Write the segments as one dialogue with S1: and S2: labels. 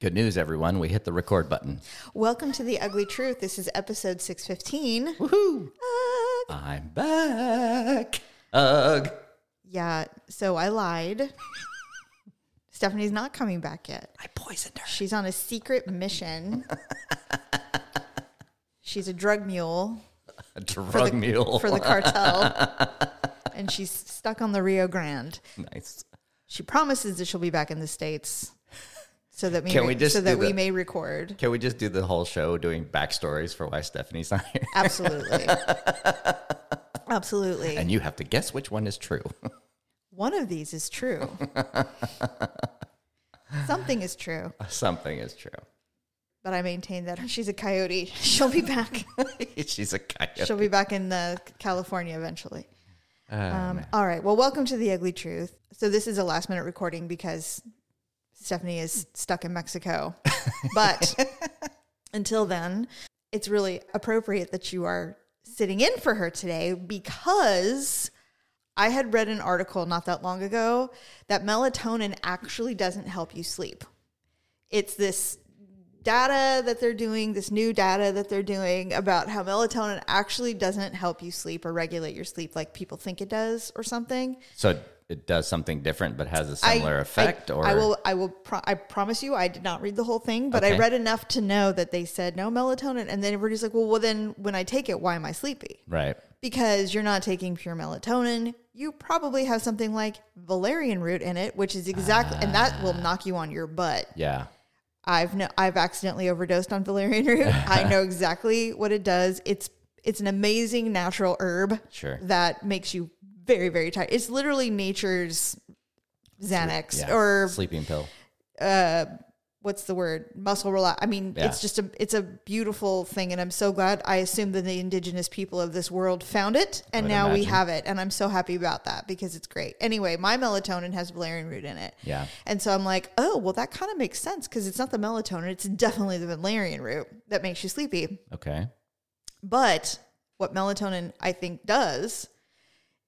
S1: Good news, everyone. We hit the record button.
S2: Welcome to The Ugly Truth. This is episode 615.
S1: Woohoo!
S2: Uh,
S1: I'm back. Ugh.
S2: yeah, so I lied. Stephanie's not coming back yet.
S1: I poisoned her.
S2: She's on a secret mission. She's a drug mule
S1: A drug mule.
S2: for the cartel, and she's stuck on the Rio Grande.
S1: nice.
S2: She promises that she'll be back in the States so that we,
S1: Can we just
S2: so
S1: do
S2: that we
S1: the-
S2: may record.
S1: Can we just do the whole show doing backstories for why Stephanie's not here?
S2: Absolutely. Absolutely.
S1: And you have to guess which one is true.
S2: One of these is true. Something is true,
S1: Something is true.
S2: but I maintain that she's a coyote. She'll be back.
S1: She's a coyote. Uh,
S2: She'll be back in the California eventually.
S1: Oh,
S2: um, all right. Well, welcome to the ugly truth. So this is a last minute recording because Stephanie is stuck in Mexico. But until then, it's really appropriate that you are sitting in for her today because I had read an article not that long ago that melatonin actually doesn't help you sleep. It's this data that they're doing, this new data that they're doing about how melatonin actually doesn't help you sleep or regulate your sleep like people think it does or something.
S1: so it does something different but has a similar
S2: I-
S1: effect
S2: I,
S1: or
S2: I will I will pro- I promise you I did not read the whole thing, but
S1: Okay.
S2: I read enough to know that they said no melatonin and then everybody's like, "Well, well then when I take it, why am I sleepy?"
S1: right.
S2: Because you're not taking pure melatonin. You probably have something like valerian root in it, which is exactly and that
S1: Ah.
S2: will knock you on your butt.
S1: Yeah.
S2: I've no, I've accidentally overdosed on valerian root. I know exactly what it does. It's it's an amazing natural herb
S1: Sure.
S2: that makes you very very tired. It's literally nature's Xanax
S1: yeah.
S2: or
S1: sleeping pill.
S2: what's the word muscle relax. I mean,
S1: Yeah.
S2: it's just a it's a beautiful thing, and I'm so glad. I assume that the indigenous people of this world found it, and
S1: would
S2: now we
S1: imagine.
S2: have it, and I'm so happy about that because it's great. Anyway, my melatonin has valerian root in it.
S1: Yeah.
S2: And so I'm like, oh, well, that kind of makes sense because it's not the melatonin. It's definitely the valerian root that makes you sleepy.
S1: Okay.
S2: But what melatonin, I think, does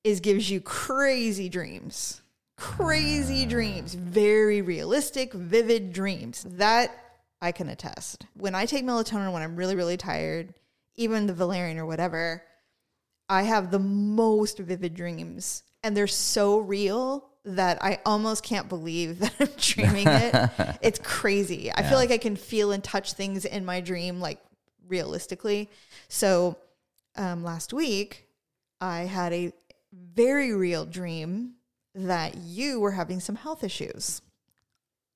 S2: is gives you crazy dreams, crazy dreams, very realistic, vivid dreams. That I can attest. When I take melatonin when I'm really, really tired, even the valerian or whatever, I have the most vivid dreams. And they're so real that I almost can't believe that I'm dreaming it. it's crazy. I feel like I can feel and touch things in my dream, like realistically. So um, last week, I had a very real dream that you were having some health issues.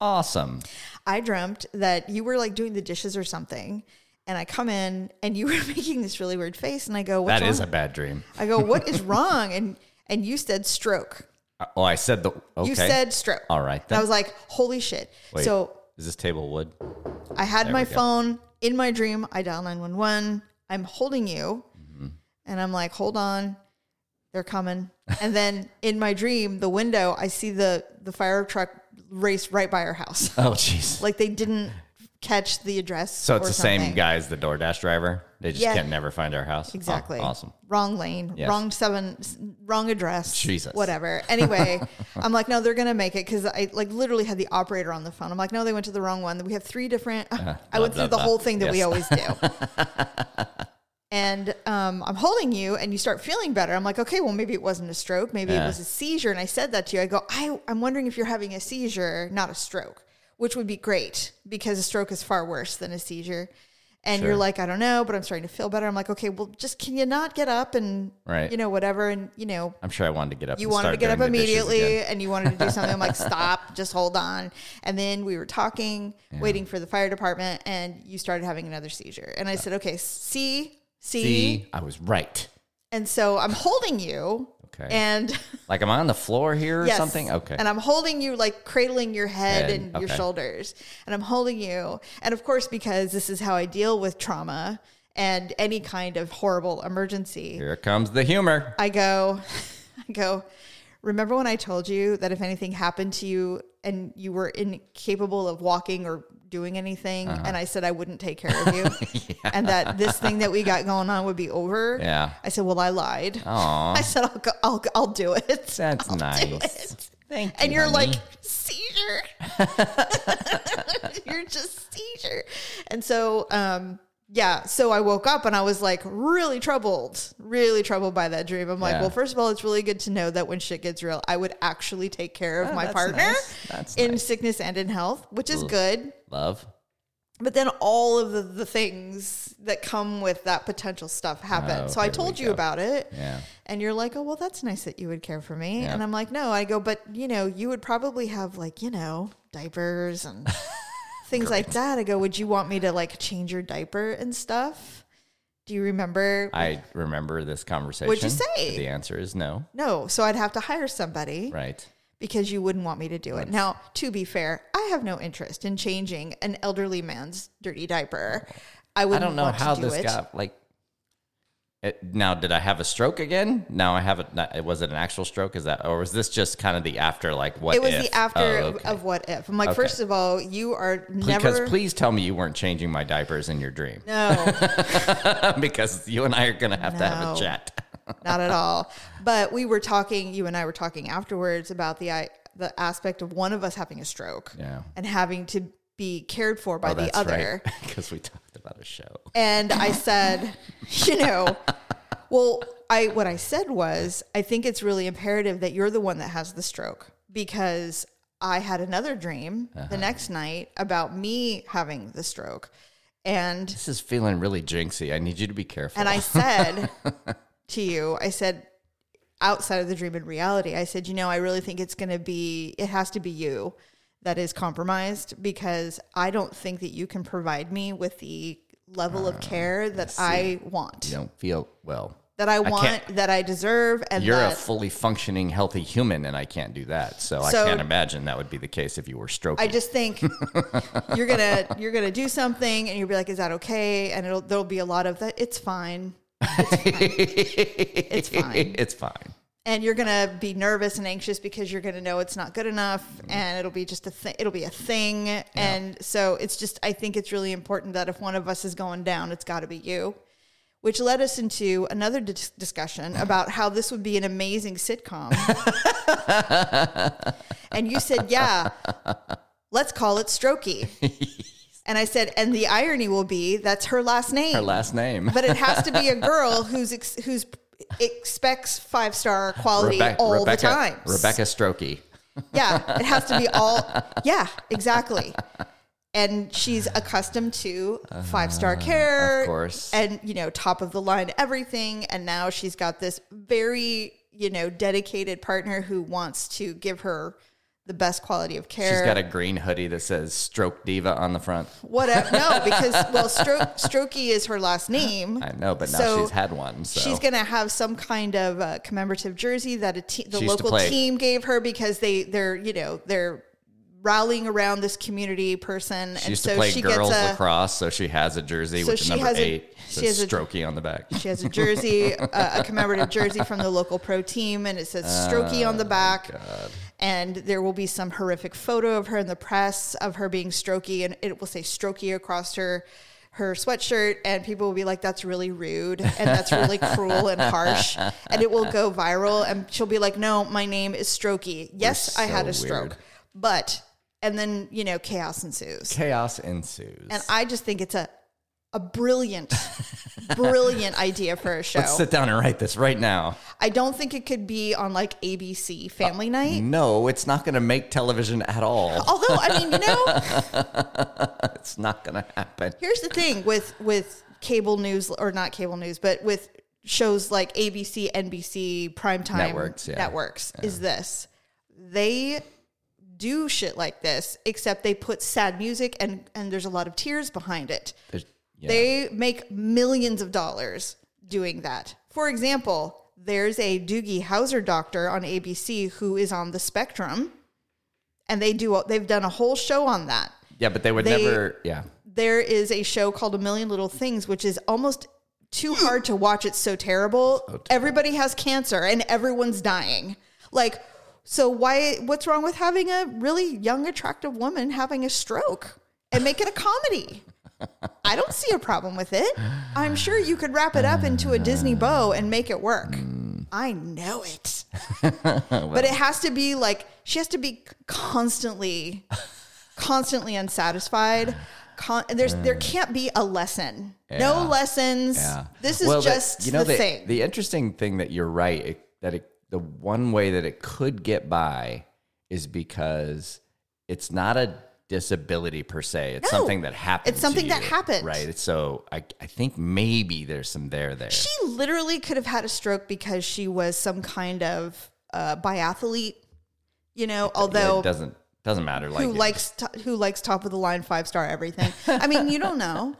S1: Awesome.
S2: I dreamt that you were like doing the dishes or something. And I come in and you were making this really weird face. And I go, What's
S1: That is a
S2: wrong?"
S1: bad dream.
S2: I go, what is wrong? And and you said stroke.
S1: Oh, I said the okay.
S2: You said stroke.
S1: all right.
S2: And I
S1: Then.
S2: was like, holy shit.
S1: Wait,
S2: So
S1: is this table wood?
S2: I had my
S1: go.
S2: phone in my dream. I dial 911. I'm holding you.
S1: Mm-hmm.
S2: And I'm like, hold on. They're coming. And then in my dream, the window, I see the the fire truck race right by our house.
S1: Oh, jeez.
S2: like they didn't catch the address.
S1: so it's
S2: or
S1: the
S2: something.
S1: same guy as the DoorDash driver. They just
S2: Yeah.
S1: can't never find our house. Oh,
S2: Exactly.
S1: awesome.
S2: Wrong lane,
S1: Yes.
S2: wrong seven, s- wrong address.
S1: Jesus.
S2: Whatever. Anyway, I'm like, no, they're gonna make it because I like literally had the operator on the phone. I'm like, no, they went to the wrong one. We have three different. I went
S1: Uh-huh. blah,
S2: through the
S1: blah.
S2: whole thing that we
S1: Yes.
S2: always do. and um, I'm holding you, and you start feeling better. I'm like, okay, well, maybe it wasn't a stroke, maybe it
S1: Yeah.
S2: was a seizure. And I said that to you. I go, I, I'm wondering if you're having a seizure, not a stroke, which would be great because a stroke is far worse than a seizure. And you're
S1: Sure.
S2: like, I don't know, but I'm starting to feel better. I'm like, okay, well, just can you not get up and
S1: Right.
S2: you know whatever, and you know
S1: I'm sure I wanted to get up.
S2: you
S1: and
S2: wanted to
S1: start
S2: get up
S1: doing the dishes
S2: immediately
S1: again.
S2: and you wanted to do something. I'm like, stop, just hold on. And then we were talking, waiting for the fire department, and you started having another seizure. And I said, okay, see, see,
S1: See, I was right.
S2: and so I'm holding you.
S1: Okay.
S2: And
S1: Like, am I on the floor here or
S2: yes,
S1: something? Okay.
S2: And I'm holding you, like cradling your head,
S1: Head,
S2: and your
S1: okay.
S2: shoulders. And I'm holding you. And of course, because this is how I deal with trauma and any kind of horrible emergency,
S1: here comes the humor.
S2: I go, I go, remember when I told you that if anything happened to you and you were incapable of walking or doing anything, and I said I wouldn't take care of you, and that this thing that we got going on would be over?
S1: Yeah. Oh.
S2: I said, well, I lied.
S1: Aw,
S2: I said, I'll, go, I'll, I'll do it.
S1: that's
S2: I'll do
S1: nice.
S2: it.
S1: Thank you.
S2: And you're
S1: honey.
S2: like, seizure. You're just seizure. And so, um, yeah, so I woke up and I was like really troubled, really troubled by that dream. I'm like,
S1: Yeah.
S2: well, first of all, it's really good to know that when shit gets real, I would actually take care of
S1: Oh,
S2: my
S1: that's
S2: partner
S1: nice. That's
S2: in
S1: nice.
S2: sickness and in health, which is
S1: Oof.
S2: good.
S1: Love.
S2: But then all of the, the things that come with that potential stuff happen.
S1: Oh,
S2: so I
S1: here we
S2: told you
S1: go.
S2: about it.
S1: Yeah.
S2: And you're like, oh, well, that's nice that you would care for me.
S1: Yeah.
S2: And I'm like, no. I go, but you know, you would probably have like, you know, diapers and things like that. I go, would you want me to like change your diaper and stuff? Do you remember?
S1: I remember this conversation.
S2: say?
S1: The answer is no.
S2: no. So I'd have to hire somebody
S1: Right.
S2: because you wouldn't want me to do it. Now, to be fair, I have no interest in changing an elderly man's dirty diaper. I
S1: Oh. I
S2: wouldn't
S1: don't know
S2: want
S1: how
S2: to do
S1: this
S2: it.
S1: got like. It, now, did I have a stroke again? Now I have it. Was it an actual stroke? Is that, or was this just kind of the after? Like what?
S2: It was
S1: if?
S2: the after
S1: Oh, okay.
S2: of what if. I'm like, first of all, you are never.
S1: Because please tell me you weren't changing my diapers in your dream,
S2: no.
S1: because you and I are going to have to have
S2: No.
S1: a chat.
S2: not at all. But we were talking, you and I were talking afterwards about the I the aspect of one of us having a stroke
S1: Yeah.
S2: and having to be cared for by
S1: Oh,
S2: the
S1: that's
S2: other.
S1: right. Because we talked about a show.
S2: And I said, you know, well, I what I said was, I think it's really imperative that you're the one that has the stroke because I had another dream
S1: Uh-huh.
S2: the next night about me having the stroke. And
S1: This is feeling really jinxy. I need you to be careful.
S2: And I said to you, I said, outside of the dream and reality, I said, you know, I really think it's going to be, it has to be you that is compromised because I don't think that you can provide me with the level
S1: Ah,
S2: of care that I want,
S1: you don't feel well.
S2: that I
S1: can't-
S2: want, that I deserve. And
S1: You're a
S2: that
S1: fully functioning, healthy human, and I can't do that. So, I
S2: So-
S1: can't imagine that would be the case if you were stroking.
S2: I just think you're gonna you're gonna do something and you'll be like, is that okay? And it'll there'll be a lot of that. It's fine.
S1: it's
S2: fine.
S1: it's fine.
S2: and you're gonna be nervous and anxious because you're gonna know it's not good enough, and it'll be just a thing. It'll be a thing, and so it's just. I think it's really important that if one of us is going down, it's got to be you. Which led us into another dis- discussion about how this would be an amazing sitcom. and you said, "Yeah, let's call it Strokey." and I said, "And the irony will be that's her last name."
S1: Her last name.
S2: but it has to be a girl who's ex- who's expects five star quality
S1: Rebecca,
S2: all
S1: Rebecca,
S2: the time.
S1: Rebecca Strokey.
S2: Yeah, it has to be all. Yeah, exactly. And she's accustomed to five star care,
S1: Uh, of course.
S2: and you know top of the line everything. And now she's got this very you know dedicated partner who wants to give her the best quality of care.
S1: She's got a green hoodie that says Stroke Diva on the front.
S2: whatever. No, because well, Stro- Strokey is her last name.
S1: I know, but now
S2: So
S1: she's had one. So
S2: She's gonna have some kind of uh, commemorative jersey that a te- the
S1: She used to
S2: local
S1: play.
S2: team gave her because they they're you know they're rallying around this community person,
S1: She
S2: and
S1: used
S2: so
S1: to play
S2: she
S1: girls
S2: gets a
S1: lacrosse, so she has a jersey
S2: So
S1: with
S2: she
S1: the number
S2: has a-
S1: eight.
S2: she
S1: says
S2: has a-
S1: Strokey on the back.
S2: she has a jersey, uh, a commemorative jersey from the local pro team, and it says Strokey on the
S1: Oh,
S2: back. And there will be some horrific photo of her in the press of her being strokey, and it will say strokey across her her sweatshirt, and people will be like, "That's really rude, and that's really cruel and harsh," and it will go viral. And she'll be like, "No, my name is Strokey. Yes, I had
S1: so
S2: a stroke,
S1: weird.
S2: but." And then you know chaos ensues.
S1: Chaos ensues.
S2: And I just think it's a a brilliant, brilliant idea for a show.
S1: Sit down and write this right now.
S2: I don't think it could be on like ABC
S1: Uh,
S2: Family Night.
S1: No, it's not going to make television at all.
S2: Although, I mean, you know,
S1: It's not going to happen.
S2: here's the thing with with cable news or not cable news, but with shows like ABC, NBC, primetime
S1: Networks, yeah.
S2: networks is this. They do shit like this, except they put sad music and and there's a lot of tears behind it.
S1: There's- yeah.
S2: They make millions of dollars doing that. For example, there's a Doogie Howser doctor on ABC who is on the spectrum, and they do they've done a whole show on that.
S1: yeah, but they would
S2: they-
S1: never. Yeah.
S2: There is a show called A Million Little Things, which is almost too hard to watch. It's so terrible. Everybody has cancer and everyone's dying. Like, so why? What's wrong with having a really young, attractive woman having a stroke and make it a comedy? I don't see a problem with it. I'm sure you could wrap it up into a Disney bow and make it work. I know it. but it has to be like, she has to be constantly constantly unsatisfied. Con- and there's there can't be a lesson. No
S1: Yeah.
S2: lessons.
S1: Yeah.
S2: This is
S1: Well, the-
S2: just
S1: you know
S2: the, thing.
S1: The interesting thing that you're right it, that it, the one way that it could get by is because it's not a disability per se. It's
S2: No.
S1: something that happens. to
S2: something that
S1: you,
S2: happened.
S1: Right. It's So I I think maybe there's some there there.
S2: she literally could have had a stroke because she was some kind of uh, biathlete, you know. Although
S1: it doesn't doesn't matter. Like
S2: who
S1: it-
S2: likes to, who likes top of the line five star everything. I mean, you don't know.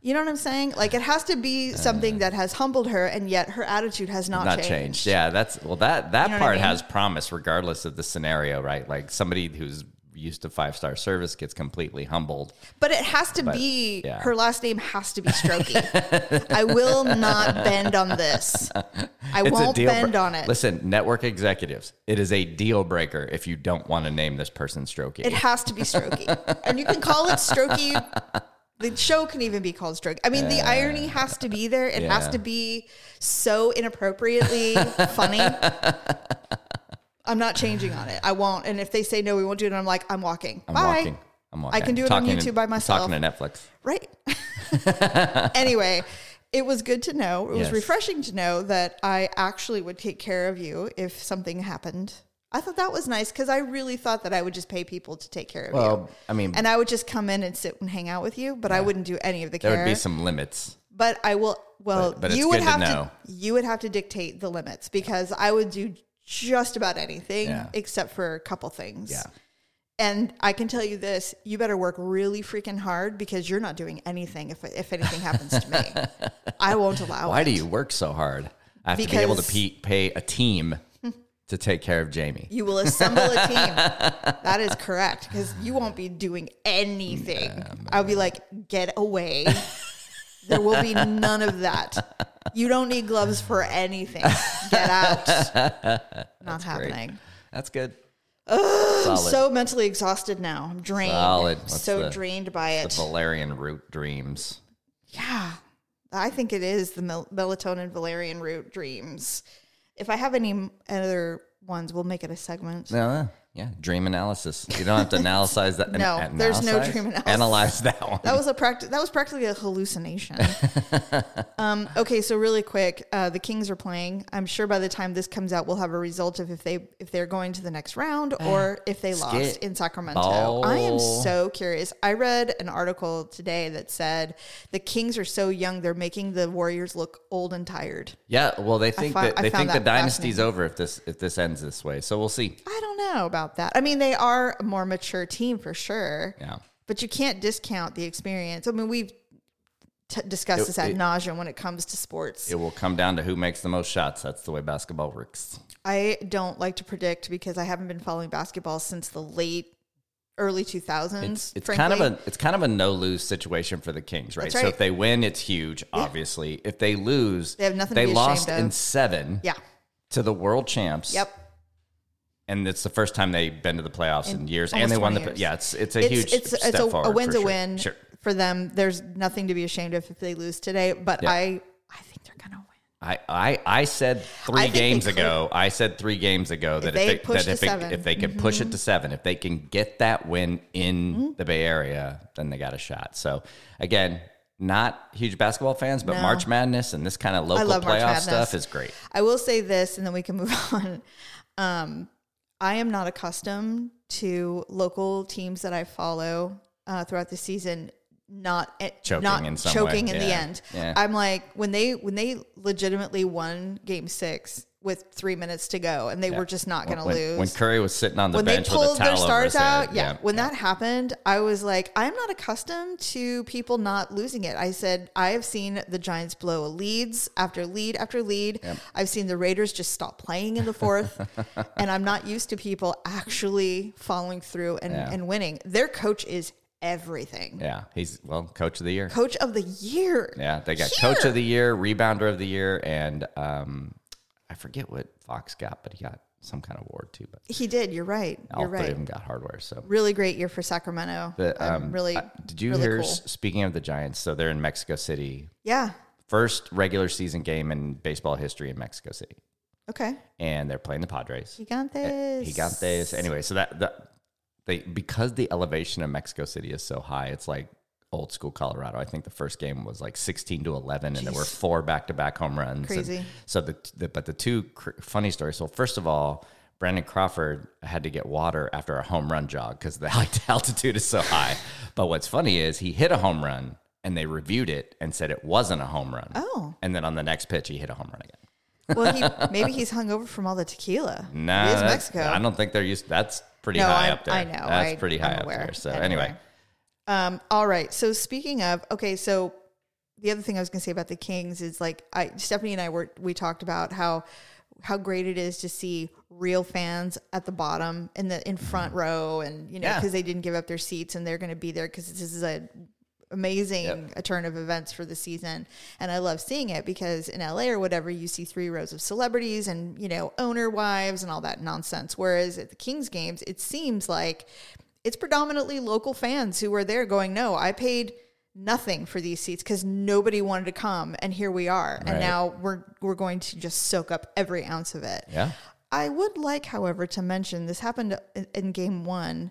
S2: You know what I'm saying? Like it has to be something that has humbled her, and yet her attitude has not,
S1: Uh, not
S2: changed.
S1: changed. Yeah, that's well that that
S2: know what I
S1: part
S2: mean?
S1: has promise regardless of the scenario, right? Like somebody who's used to five star service gets completely humbled.
S2: But it has to be
S1: yeah.
S2: her last name has to be Strokey. I will not bend on this. I
S1: It's a
S2: won't
S1: deal
S2: bend
S1: bre-
S2: on it.
S1: Listen, network executives, it is a deal breaker if you don't want to name this person Strokey.
S2: It has to be Strokey. and you can call it Strokey. The show can even be called Strokey. I mean, the irony has to be there. It has
S1: Yeah.
S2: to be so inappropriately funny. I'm not changing on it. I won't. And if they say no, we won't do it. I'm like, I'm walking.
S1: I'm
S2: Bye.
S1: walking. I'm walking.
S2: can do it on
S1: Talking
S2: YouTube
S1: to-
S2: by myself.
S1: Talking to Netflix.
S2: Right. anyway, it was good to know. It was
S1: Yes.
S2: refreshing to know that I actually would take care of you if something happened. I thought that was nice because I really thought that I would just pay people to take care of you.
S1: Well, I mean,
S2: And I would just come in and sit and hang out with you, but I wouldn't do any of the
S1: there
S2: care.
S1: would be some limits.
S2: but I will. Well,
S1: But- but it's
S2: you would
S1: good to
S2: have to,
S1: know.
S2: You would have to dictate the limits because I would do just about anything
S1: Yeah.
S2: except for a couple things.
S1: Yeah.
S2: And I can tell you this: you better work really freaking hard because you're not doing anything. If if anything happens to me, I won't allow
S1: Why
S2: it.
S1: do you work so hard? I have to be able to
S2: Because- Hmm.
S1: pe- pay a team to take care of Jamie.
S2: You will assemble a team. that is correct because you won't be doing anything. I'll be like, get away. there will be none of that. You don't need gloves for anything. Get out. Not
S1: Great.
S2: happening.
S1: That's good. Solid.
S2: So mentally exhausted now. I'm drained.
S1: Solid.
S2: I'm
S1: What's
S2: so
S1: the-
S2: drained by
S1: the
S2: it.
S1: Valerian root dreams.
S2: Yeah. I think it is the mel- melatonin valerian root dreams. If I have any m- other ones, we'll make it a segment.
S1: No, no. yeah, dream analysis. You don't have to analyze that.
S2: No, there's no
S1: analyze?
S2: dream analysis.
S1: Analyze that one.
S2: That was a practice. That was practically a hallucination. um, okay, so really quick, uh, the Kings are playing. I'm sure by the time this comes out, we'll have a result of if they if they're going to the next round or if they lost
S1: Ah, skit
S2: in Sacramento. I am
S1: ball.
S2: so curious. I read an article today that said the Kings are so young they're making the Warriors look old and tired.
S1: Yeah, well, they think
S2: fi-
S1: that
S2: I
S1: they
S2: found
S1: think the
S2: that
S1: dynasty's over if this if this ends this way. So we'll see.
S2: I don't know about that. I mean, they are a more mature team for sure.
S1: Yeah.
S2: But you can't discount the experience. I mean, we've t- discussed this ad
S1: it-
S2: nauseum when it comes to sports.
S1: It will come down to who makes the most shots. That's the way basketball works.
S2: I don't like to predict because I haven't been following basketball since the late early 2000s.
S1: It's, it's
S2: frankly.
S1: kind of a it's kind of a no lose situation for the Kings, right?
S2: That's
S1: So
S2: right.
S1: if they win, it's huge. Obviously, if they lose,
S2: They have nothing to
S1: They
S2: be ashamed
S1: lost
S2: of.
S1: in seven
S2: yeah.
S1: to the world champs.
S2: Yep.
S1: and it's the first time they've been to the playoffs in, years, and
S2: almost
S1: they won the
S2: 20 years.
S1: yeah. It's it's a
S2: It's
S1: huge
S2: it's
S1: step
S2: it's a,
S1: forward
S2: a win's
S1: for
S2: a
S1: sure.
S2: win
S1: Sure.
S2: for them. There's nothing to be ashamed of if they lose today, but
S1: Yeah.
S2: I I think they're going to win.
S1: I, I, I said three
S2: think they
S1: games
S2: could.
S1: ago. I said three games ago that
S2: they
S1: if they, that
S2: push to
S1: if, it,
S2: seven. Mm-hmm.
S1: if they can push it to seven, if they can get that win in the Bay Area, then they got a shot. So again, not huge basketball fans, but
S2: No.
S1: March Madness and this kind of local
S2: love March
S1: playoff
S2: Madness.
S1: stuff is great.
S2: I will say this, and then we can move on. Um, I am not accustomed to local teams that I follow uh, throughout the season not eh,
S1: Choking
S2: not
S1: in some way.
S2: choking in the
S1: Yeah.
S2: end.
S1: Yeah.
S2: I'm like when they when they legitimately won Game Six with three minutes to go, and they were just not going to
S1: When,
S2: lose.
S1: when Curry was sitting on the
S2: when they
S1: bench with a
S2: pulled
S1: towel
S2: their stars
S1: over his
S2: out,
S1: head,
S2: yeah. When that happened, I was like, I'm not accustomed to people not losing it. I said, I have seen the Giants blow leads after lead after lead. I've seen the Raiders just stop playing in the fourth. and I'm not used to people actually following through and,
S1: Yeah.
S2: and winning. Their coach is everything.
S1: yeah, he's well coach of the year.
S2: Coach of the year.
S1: Yeah, they got
S2: Here.
S1: coach of the year, rebounder of the year, and um, I forget what Fox got, but he got some kind of award too. But
S2: He did. You're right.
S1: all
S2: You're
S1: three
S2: right.
S1: of them got hardware. So
S2: Really great year for Sacramento.
S1: The,
S2: I'm
S1: um,
S2: really,
S1: I- did you
S2: really
S1: hear?
S2: cool.
S1: s- Speaking of the Giants, so they're in Mexico City,
S2: yeah.
S1: first regular season game in baseball history in Mexico City,
S2: Okay.
S1: and they're playing the Padres.
S2: Gigantes.
S1: Gigantes. Anyway, so that that they because the elevation of Mexico City is so high, it's like old school Colorado. I think the first game was like 16 to 11 and there were four back-to-back home runs. and
S2: Crazy.
S1: so the, the but the two cr- funny stories. So first of all, Brandon Crawford had to get water after a home run jog because the alt- altitude is so high. But what's funny is he hit a home run and they reviewed it and said it wasn't a home run.
S2: Oh.
S1: And then on the next pitch he hit a home run again.
S2: Well, he, maybe he's hungover from all the tequila.
S1: Nah,
S2: he is
S1: that's-
S2: Mexico.
S1: I don't think they're used. That's pretty
S2: No,
S1: high
S2: I-
S1: up there.
S2: I know.
S1: That's
S2: I-
S1: pretty
S2: I'm
S1: high up
S2: aware.
S1: there. So
S2: Anyway.
S1: anyway,
S2: Um, all right. So speaking of, okay, so the other thing I was going to say about the Kings is like I Stephanie and I were we talked about how how great it is to see real fans at the bottom in the in front row and you know
S1: Mm. Yeah.
S2: because they didn't give up their seats and they're going to be there because this is a amazing a turn of events for the season and I love seeing it because in LA or whatever you see three rows of celebrities and you know owner wives and all that nonsense whereas at the Kings games it seems like it's predominantly local fans who were there going no I paid nothing for these seats cuz nobody wanted to come and here we are
S1: Right.
S2: and now we're we're going to just soak up every ounce of it
S1: yeah,
S2: I would like, however, to mention this happened in, in game one.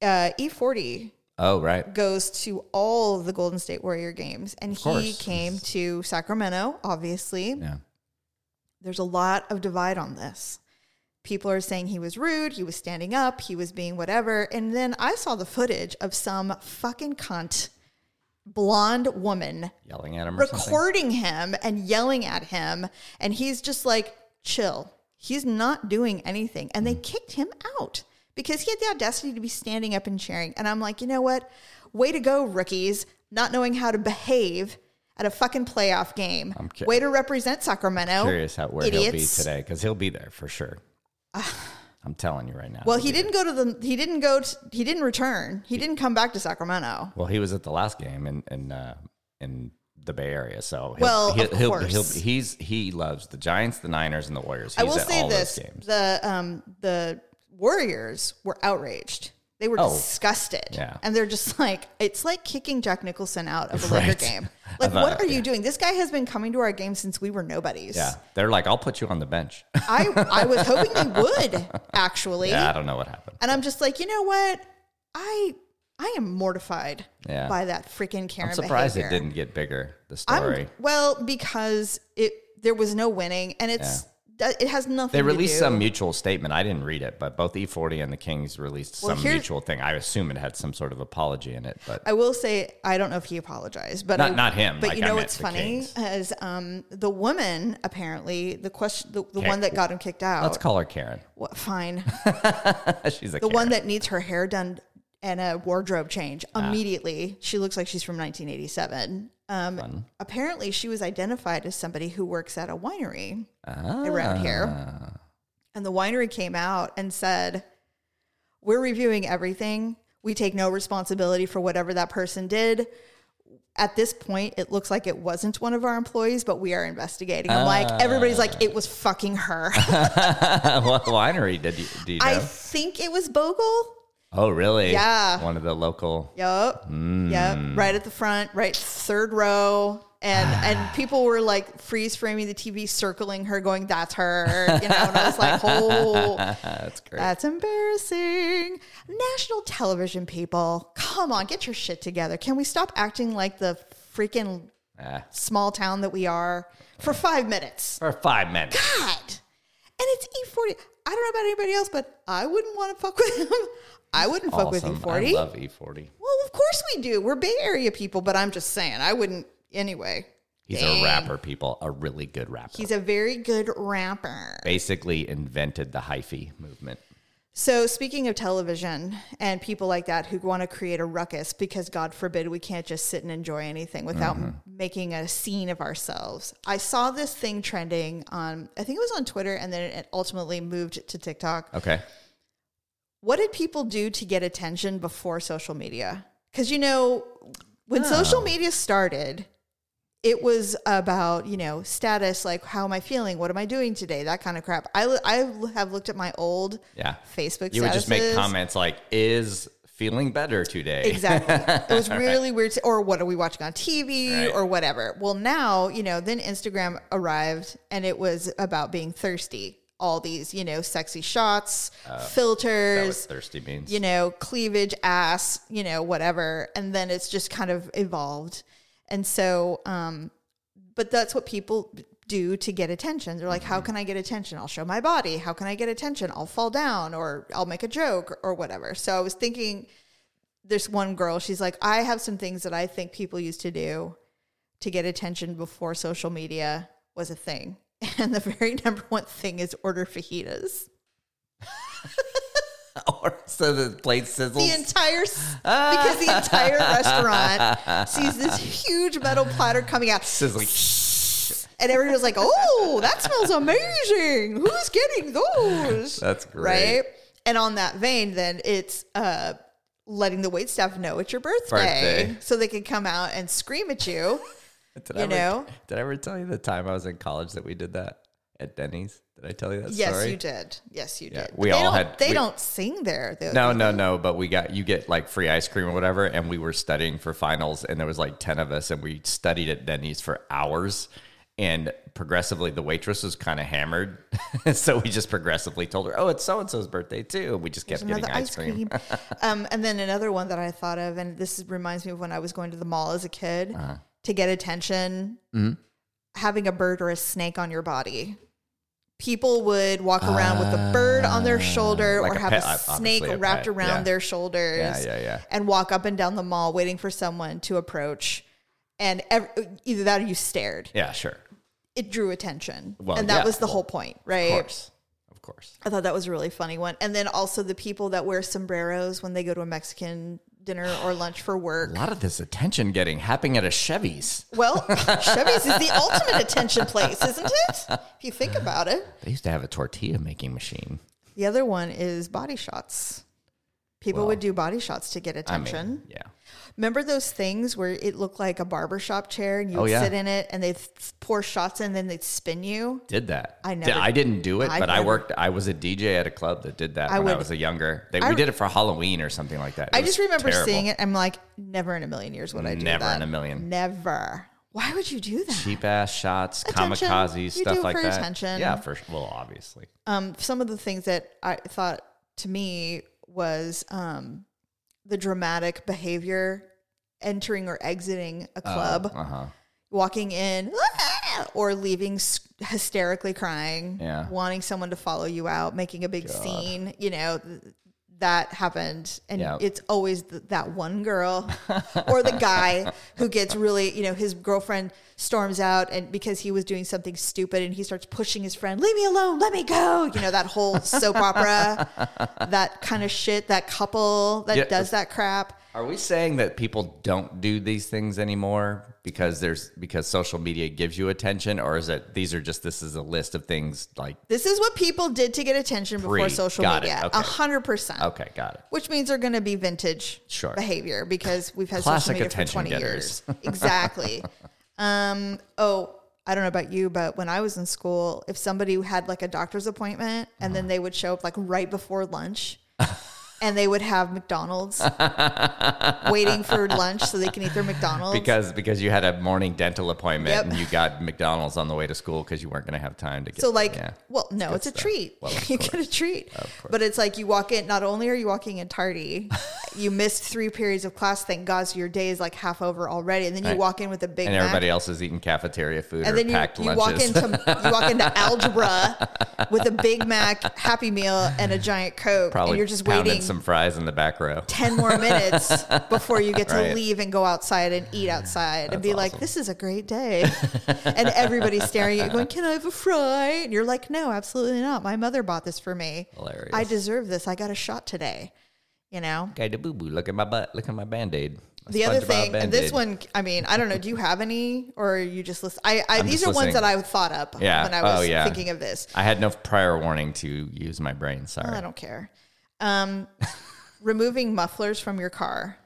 S2: Uh, E40
S1: oh right,
S2: goes to all the Golden State Warrior games, and he
S1: course.
S2: came to Sacramento, obviously.
S1: yeah,
S2: There's a lot of divide on this. People are saying he was rude, he was standing up, he was being whatever. And then I saw the footage of some fucking cunt, blonde woman
S1: yelling at him. Or something.
S2: recording him and yelling at him and he's just like chill he's not doing anything and
S1: Mm.
S2: they kicked him out because he had the audacity to be standing up and cheering and i'm like you know what way to go rookies not knowing how to behave at a fucking playoff game
S1: I'm cu-
S2: way to represent sacramento
S1: Curious how where he'll be
S2: idiots. Ah.
S1: today because he'll be there for sure. I'm telling you right now.
S2: well he didn't go to the he didn't go to, he didn't return he didn't come back to sacramento
S1: Well, he was at the last game in in uh, in the Bay Area, so he'll,
S2: Well,
S1: he'll,
S2: of
S1: he'll,
S2: course.
S1: he'll- he's he loves the Giants, the Niners, and the Warriors. He's
S2: I will
S1: at
S2: say
S1: all
S2: this:
S1: those games.
S2: the um, the Warriors were outraged. They were
S1: Oh.
S2: disgusted,
S1: Yeah.
S2: and they're just like, it's like kicking Jack Nicholson out of a
S1: Right.
S2: Laker game. Like,
S1: Of
S2: what
S1: a-
S2: are you doing? This guy has been coming to our game since we were nobodies.
S1: Yeah, they're like, I'll put you on the bench.
S2: I I was hoping they would actually,
S1: yeah, I don't know what happened.
S2: and I'm just like, you know what? I I am mortified
S1: Yeah.
S2: by that freaking Karen.
S1: I'm surprised
S2: behavior.
S1: it didn't get bigger. The
S2: I'm-
S1: story.
S2: well, because it there was no winning, and it's it has nothing.
S1: They
S2: to
S1: released
S2: do-
S1: some mutual statement. I didn't read it, but both E40 and the Kings released
S2: Well,
S1: some
S2: here's- Oh.
S1: mutual thing. I assume it had some sort of apology in it, but
S2: I will say I don't know if he apologized, but
S1: Not-
S2: I-
S1: not him,
S2: But
S1: like,
S2: you
S1: I
S2: know
S1: meant
S2: what's
S1: the
S2: funny
S1: Kings.
S2: is um, the woman apparently the question the, the
S1: Okay.
S2: one that got him kicked
S1: let's
S2: out.
S1: call her Karen.
S2: What, fine,
S1: She's a
S2: the one that needs her hair done and a wardrobe change immediately. She looks like she's from 1987. Um, apparently, she was identified as somebody who works at a winery around here. And the winery came out and said, We're reviewing everything. We take no responsibility for whatever that person did. At this point, it looks like it wasn't one of our employees, but we are investigating. I'm like, everybody's like, it was fucking her.
S1: what winery did you, do you know?
S2: I think it was Bogle.
S1: oh, really?
S2: Yeah.
S1: One of the local.
S2: Yep.
S1: Mm.
S2: Yep. Right at the front, right third row. And and people were like freeze framing the TV, circling her, going, That's her. You know, and I was like, Oh,
S1: That's great.
S2: that's embarrassing. National television people, come on, get your shit together. Can we stop acting like the freaking
S1: Ah,
S2: small town that we are for five minutes?
S1: for five minutes.
S2: God. And it's E40. I don't know about anybody else, but I wouldn't want to fuck with him. I wouldn't fuck
S1: Awesome.
S2: with E E40.
S1: I love E E40.
S2: Well, of course we do. We're Bay Area people, but I'm just saying, I wouldn't anyway.
S1: He's
S2: Dang.
S1: a rapper, people. A really good rapper.
S2: He's a very good rapper.
S1: Basically invented the hyphy movement.
S2: So, speaking of television and people like that who want to create a ruckus because God forbid we can't just sit and enjoy anything without making a scene of ourselves. I saw this thing trending on I think it was on Twitter and then it ultimately moved to TikTok.
S1: Okay.
S2: what did people do to get attention before social media? Because you know,
S1: Oh.
S2: when social media started, it was about you know status, like how am I feeling, what am I doing today, that kind of crap. I l- I l- have looked at my old
S1: Yeah.
S2: Facebook.
S1: You would just make
S2: statuses.
S1: comments like, is feeling better today?
S2: Exactly. It was really weird. To, or what are we watching on TV
S1: Right.
S2: or whatever? Well, now, you know, then Instagram arrived and it was about being thirsty. all these, you know, sexy shots,
S1: Oh. Is that what
S2: filters,
S1: thirsty means?
S2: you know, cleavage, ass, you know, whatever. And then it's just kind of evolved. And so, um, but that's what people do to get attention. They're like, how can I get attention? I'll show my body. How can I get attention? I'll fall down or I'll make a joke or, or whatever. So I was thinking this one girl, she's like, I have some things that I think people used to do to get attention before social media was a thing. And the very number one thing is order fajitas.
S1: or so the plate sizzles.
S2: the entire s- because the entire restaurant sees this huge metal platter coming out,
S1: sizzling.
S2: and everyone's like, "Oh, that smells amazing! Who's getting those?"
S1: That's great.
S2: right? And on that vein, then it's uh, letting the wait staff know it's your birthday,
S1: Birthday.
S2: so they can come out and scream at you.
S1: Did
S2: You
S1: I ever,
S2: know?
S1: Did I ever tell you the time I was in college that we did that at Denny's? Did I tell you that
S2: yes,
S1: story?
S2: you did. Yes, you
S1: Yeah,
S2: did.
S1: we
S2: they
S1: all
S2: don't,
S1: had-
S2: They
S1: we-
S2: don't sing there. though.
S1: No, no, no. But we got you get like free ice cream or whatever, and we were studying for finals, and there was like ten of us, and we studied at Denny's for hours. And progressively, the waitress was kind of hammered, so we just progressively told her, "Oh, it's so and so's birthday too," and we just kept getting
S2: another
S1: ice cream.
S2: um, and then another one that I thought of, and this is- reminds me of when I was going to the mall as a kid
S1: Uh-huh.
S2: to get attention.
S1: Mm-hmm.
S2: Having a bird or a snake on your body, people would walk around with a bird on their shoulder
S1: Ah, like
S2: or
S1: a
S2: have
S1: pet,
S2: a
S1: ob-
S2: snake
S1: obviously a
S2: wrapped
S1: pet,
S2: around
S1: yeah.
S2: their shoulders.
S1: Yeah, yeah, yeah.
S2: And walk up and down the mall waiting for someone to approach. And ev- uh, either that or you stared.
S1: Yeah, sure,
S2: It drew attention.
S1: Well,
S2: and that
S1: yeah,
S2: was the
S1: well,
S2: whole point,
S1: of
S2: right?
S1: course, of course.
S2: I thought that was a really funny one. And then also the people that wear sombreros when they go to a Mexican dinner or lunch for
S1: A
S2: work.
S1: lot of this attention getting happening at a Chevy's.
S2: Well, Chevy's is the ultimate attention place, isn't it? If you think about it.
S1: They used to have a tortilla making machine.
S2: The other one is body shots. People would do body shots to get
S1: I mean,
S2: attention.
S1: yeah.
S2: Remember those things where it looked like a barbershop chair and you
S1: Oh,
S2: would
S1: yeah.
S2: sit in it and they'd pour shots in and then they'd spin you?
S1: did that.
S2: I
S1: Did-
S2: never-
S1: I didn't do it,
S2: I
S1: but I
S2: never-
S1: worked. I was a DJ at a club that did that when I
S2: would-
S1: was a younger. They,
S2: I
S1: we
S2: re-
S1: did it for Halloween or something like that. It
S2: I
S1: was
S2: just remember
S1: terrible.
S2: seeing it. I'm like, never in a million years would I do
S1: Never
S2: that.
S1: in a million.
S2: Never. Why would you do that?
S1: Cheap ass shots,
S2: Attention.
S1: kamikaze
S2: You
S1: stuff
S2: do it
S1: like
S2: for
S1: that.
S2: attention.
S1: Yeah, for s- well, obviously.
S2: um, some of the things that I thought to me was um, the dramatic behavior entering or exiting a club,
S1: Uh huh.
S2: walking in "Ah!" or leaving s- hysterically crying,
S1: Yeah.
S2: wanting someone to follow you out, making a big scene. You know, th- that happened. And
S1: Yeah.
S2: it's always th- that one girl or the guy who gets really, you know, his girlfriend storms out and because he was doing something stupid and he starts pushing his friend, leave me alone, let me go. You know, that whole soap opera, that kind of shit, that couple that
S1: Yeah.
S2: does that crap.
S1: Are we saying that people don't do these things anymore because there's because social media gives you attention, or is it these are just this is a list of things like
S2: This is what people did to get attention before
S1: Pre-
S2: social
S1: got it,
S2: media.
S1: okay.
S2: A hundred percent.
S1: okay, got it.
S2: Which means they're going to be vintage
S1: Sure.
S2: behavior because we've had
S1: Classic
S2: social media for
S1: attention
S2: 20
S1: getters.
S2: years. Exactly. um, oh, I don't know about you, but when I was in school, if somebody had like a doctor's appointment and
S1: Uh-huh.
S2: then they would show up like right before lunch and they would have McDonald's waiting for lunch so they can eat their McDonald's.
S1: Because because you had a morning dental appointment
S2: Yep.
S1: and you got McDonald's on the way to school because you weren't going to have time to get
S2: So like,
S1: yeah.
S2: well, no, it's a
S1: stuff.
S2: treat.
S1: Well, of
S2: you get a treat, but it's like you walk in. Not only are you walking in tardy, you missed three periods of class. Thank God, so your day is like half over already. And then you
S1: Right.
S2: walk in with a big
S1: and
S2: Mac,
S1: everybody else is eating cafeteria food
S2: and
S1: or
S2: then you,
S1: packed
S2: you
S1: lunches.
S2: walk into you walk into algebra with a Big Mac, Happy Meal, and a giant Coke,
S1: Probably
S2: and you're just
S1: pounding
S2: waiting
S1: some fries in the back row.
S2: 10 more minutes before you get to
S1: Right.
S2: leave and go outside and eat outside and be like,
S1: awesome.
S2: this is a great day. and everybody's staring at you going, can I have a fry? And you're like, no, absolutely not. My mother bought this for me.
S1: Hilarious.
S2: I deserve this. I got a shot today. You know?
S1: Okay, the boo boo. Look at my butt. Look at my band aid.
S2: The other thing, and this one, I mean, I don't know. Do you have any, or you just list? I, I these
S1: just
S2: are ones
S1: listening.
S2: that I thought up
S1: Yeah.
S2: when I was
S1: Oh, yeah.
S2: thinking of this.
S1: I had no prior warning to use my brain. Sorry.
S2: I don't care. Um, removing mufflers from your car,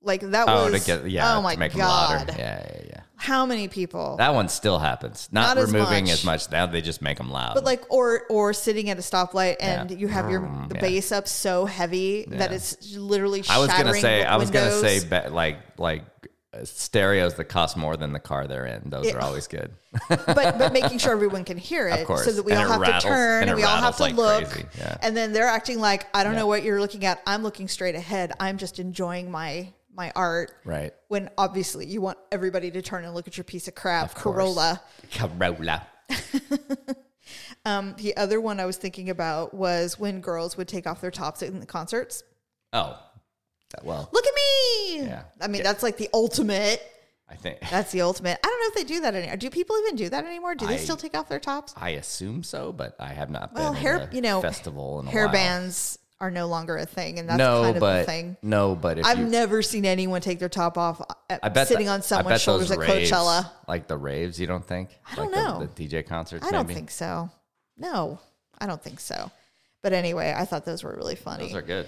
S2: like that
S1: oh,
S2: was.
S1: to get yeah.
S2: oh my
S1: to make 'em
S2: god!
S1: louder. Yeah, yeah, yeah.
S2: how many people
S1: That one still happens. Not,
S2: Not as
S1: removing
S2: much.
S1: as much. Now they just make them loud.
S2: but like or or sitting at a stoplight and
S1: Yeah. Mm,
S2: you have your the
S1: yeah.
S2: bass up so heavy that
S1: Yeah.
S2: it's literally
S1: I was
S2: shattering
S1: gonna say. I was gonna
S2: windows.
S1: say be, like like uh, stereos that cost more than the car they're in. Those are always good.
S2: but but making sure everyone can hear it
S1: course.
S2: so that we
S1: And
S2: all
S1: it
S2: have
S1: rattles-
S2: to turn
S1: and
S2: and,
S1: it
S2: we all have
S1: rattles
S2: to
S1: like
S2: look
S1: crazy, yeah.
S2: and then they're acting like i don't know what you're looking at i'm looking straight ahead i'm just enjoying my my art
S1: Right.
S2: when obviously you want everybody to turn and look at your piece of crap
S1: course.
S2: corolla
S1: Corolla.
S2: um, the other one i was thinking about was when girls would take off their tops in the concerts
S1: Oh, that- well,
S2: look at me
S1: Yeah.
S2: i mean that's like the ultimate
S1: I think
S2: that's the ultimate i don't know if they do that anymore do people even do that anymore do
S1: I-
S2: they
S1: Oh,
S2: still take off their tops
S1: I assume so, but I have not been
S2: well
S1: in
S2: hair
S1: a
S2: you know
S1: festival in a
S2: hair
S1: while.
S2: bands are no longer a thing and that's
S1: No,
S2: kind of
S1: but
S2: the thing
S1: no, but if
S2: I've
S1: you,
S2: never seen anyone take their top off at,
S1: I bet
S2: sitting
S1: the-
S2: on
S1: I
S2: someone's
S1: bet those
S2: shoulders at
S1: raves-
S2: Coachella.
S1: like the raves. You don't think? I
S2: don't
S1: like
S2: know.
S1: The, the DJ concerts.
S2: I don't
S1: maybe?
S2: think so. No, I don't think so. But anyway, I thought those were really funny.
S1: those are good.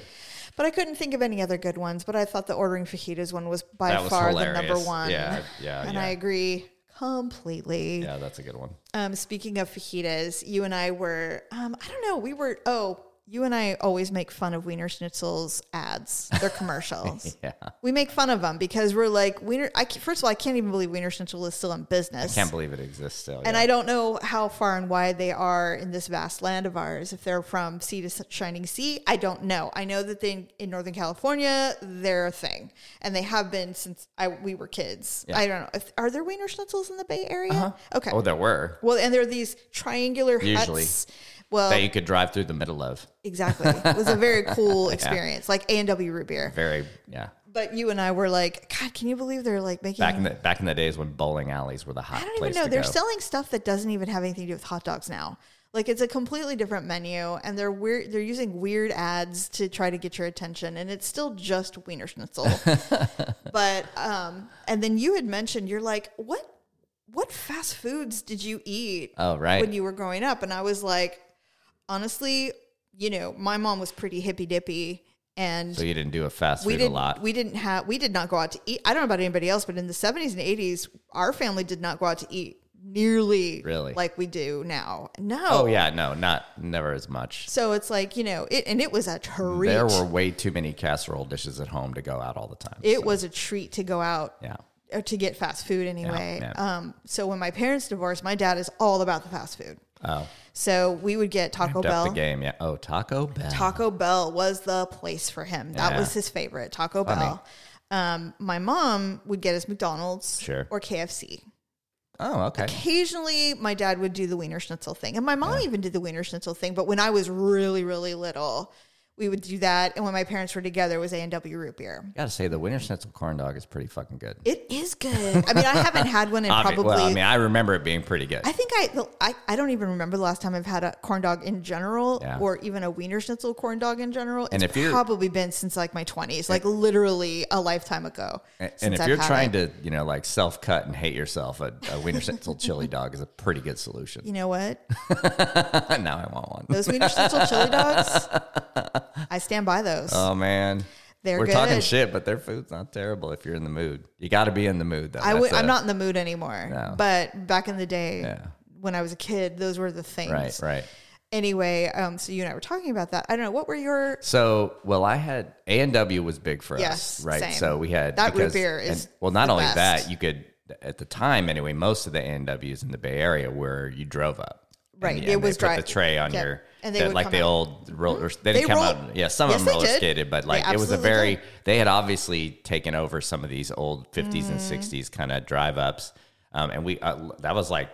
S2: but I couldn't think of any other good ones. But I thought the ordering fajitas one was by
S1: That was
S2: far the
S1: hilarious.
S2: number one.
S1: Yeah, yeah,
S2: and
S1: yeah.
S2: I agree completely.
S1: Yeah, that's a good one.
S2: Um, speaking of fajitas, you and I were, um, I don't know, we were, oh, you and I always make fun of Wiener Schnitzel's ads, their commercials.
S1: Yeah.
S2: We make fun of them because we're like, Wiener, I, can't- first of all, I can't even believe Wiener Schnitzel is still in business.
S1: Can't believe it exists still.
S2: and
S1: yeah.
S2: I don't know how far and wide they are in this vast land of ours. If they're from sea to s- shining sea, I don't know. I know that they in Northern California, they're a thing, and they have been since I, we were kids. I don't know. If- Are there Wiener Schnitzels in the Bay Area? Okay.
S1: oh, there were
S2: Well, and there are these triangular
S1: Usually.
S2: huts. Well,
S1: that you could drive through the middle of.
S2: exactly. It was a very cool experience, like A and W root beer.
S1: Very yeah.
S2: But you and I were like, God, can you believe they're like making?
S1: Back in the back in the days when bowling alleys were the hot
S2: I don't even
S1: place
S2: know.
S1: to
S2: They're
S1: go.
S2: selling stuff that doesn't even have anything to do with hot dogs now. Like it's a completely different menu, and they're weird. They're using weird ads to try to get your attention, and it's still just Wiener Schnitzel. but um, and then you had mentioned you're like, what, what fast foods did you eat?
S1: oh right.
S2: when you were growing up. And I was like, honestly, you know, my mom was pretty hippy dippy and
S1: so you didn't do a fast
S2: we
S1: food a
S2: didn't
S1: lot.
S2: we didn't have we did not go out to eat. I don't know about anybody else, but in the seventies and eighties, our family did not go out to eat nearly
S1: Really?
S2: like we do now. No.
S1: oh yeah, no, not never as much.
S2: So it's like, you know, it and it was a treat.
S1: There were way too many casserole dishes at home to go out all the time.
S2: it was a treat to go out
S1: yeah.
S2: or to get fast food anyway.
S1: Yeah,
S2: um, so when my parents divorced, my dad is all about the fast food.
S1: Oh,
S2: So we would get Taco
S1: stepped
S2: Bell.
S1: the game. Yeah. Oh, Taco Bell.
S2: Taco Bell was the place for him. That
S1: Yeah.
S2: was his favorite, Taco Bell. Um, my mom would get us McDonald's
S1: Sure.
S2: or KFC.
S1: oh, okay.
S2: Occasionally, my dad would do the Wiener Schnitzel thing, and my mom even did the Wiener Schnitzel thing. But when I was really, really little, we would do that. And when my parents were together, it was A and W root beer.
S1: Gotta say the Wiener Schnitzel corn dog is pretty fucking good.
S2: It is good. I mean, I haven't had one in
S1: Obvi-
S2: probably.
S1: well, I mean, I remember it being pretty good.
S2: I think I, the- I I don't even remember the last time I've had a corn dog in general
S1: Yeah.
S2: or even a Wiener Schnitzel corn dog in general. It's
S1: And if you're-
S2: probably been since like my 20s, like literally a lifetime ago.
S1: And, and if you're trying to, you know, like self cut and hate yourself, a, a Wiener Schnitzel chili dog is a pretty good solution.
S2: You know what?
S1: now I want one.
S2: Those Wiener Schnitzel chili dogs, I stand by those.
S1: Oh man,
S2: They're
S1: we're talking
S2: good.
S1: shit, but their food's not terrible if you're in the mood. You got to be in the mood though.
S2: I
S1: That's
S2: would, i
S1: a-
S2: I'm not in the mood anymore.
S1: No.
S2: But back in the day
S1: Yeah.
S2: when I was a kid, those were the things.
S1: right, right.
S2: Anyway, um, so you and I were talking about that. I don't know. What were your.
S1: So, well, I had A and W was big for
S2: Yes,
S1: us, right?
S2: same.
S1: So we had
S2: That root beer is
S1: well, not
S2: the
S1: only
S2: best.
S1: that, you could at the time anyway. Most of the A and W's in the Bay Area where you drove up, And
S2: Right,
S1: you-
S2: it
S1: and they
S2: was
S1: put
S2: drive-
S1: the tray on
S2: yeah,
S1: your
S2: and they
S1: the-
S2: would
S1: like
S2: come
S1: the
S2: out. Mm-hmm.
S1: old rollers. They didn't
S2: They
S1: come
S2: rolled-
S1: out. Yeah, some
S2: Yes,
S1: of
S2: they
S1: them roller
S2: did.
S1: skated, but
S2: They
S1: like it was a
S2: absolutely
S1: very.
S2: did.
S1: They had obviously taken over some of these old fifties
S2: Mm.
S1: and sixties kind of drive ups, um, and we uh, that was like.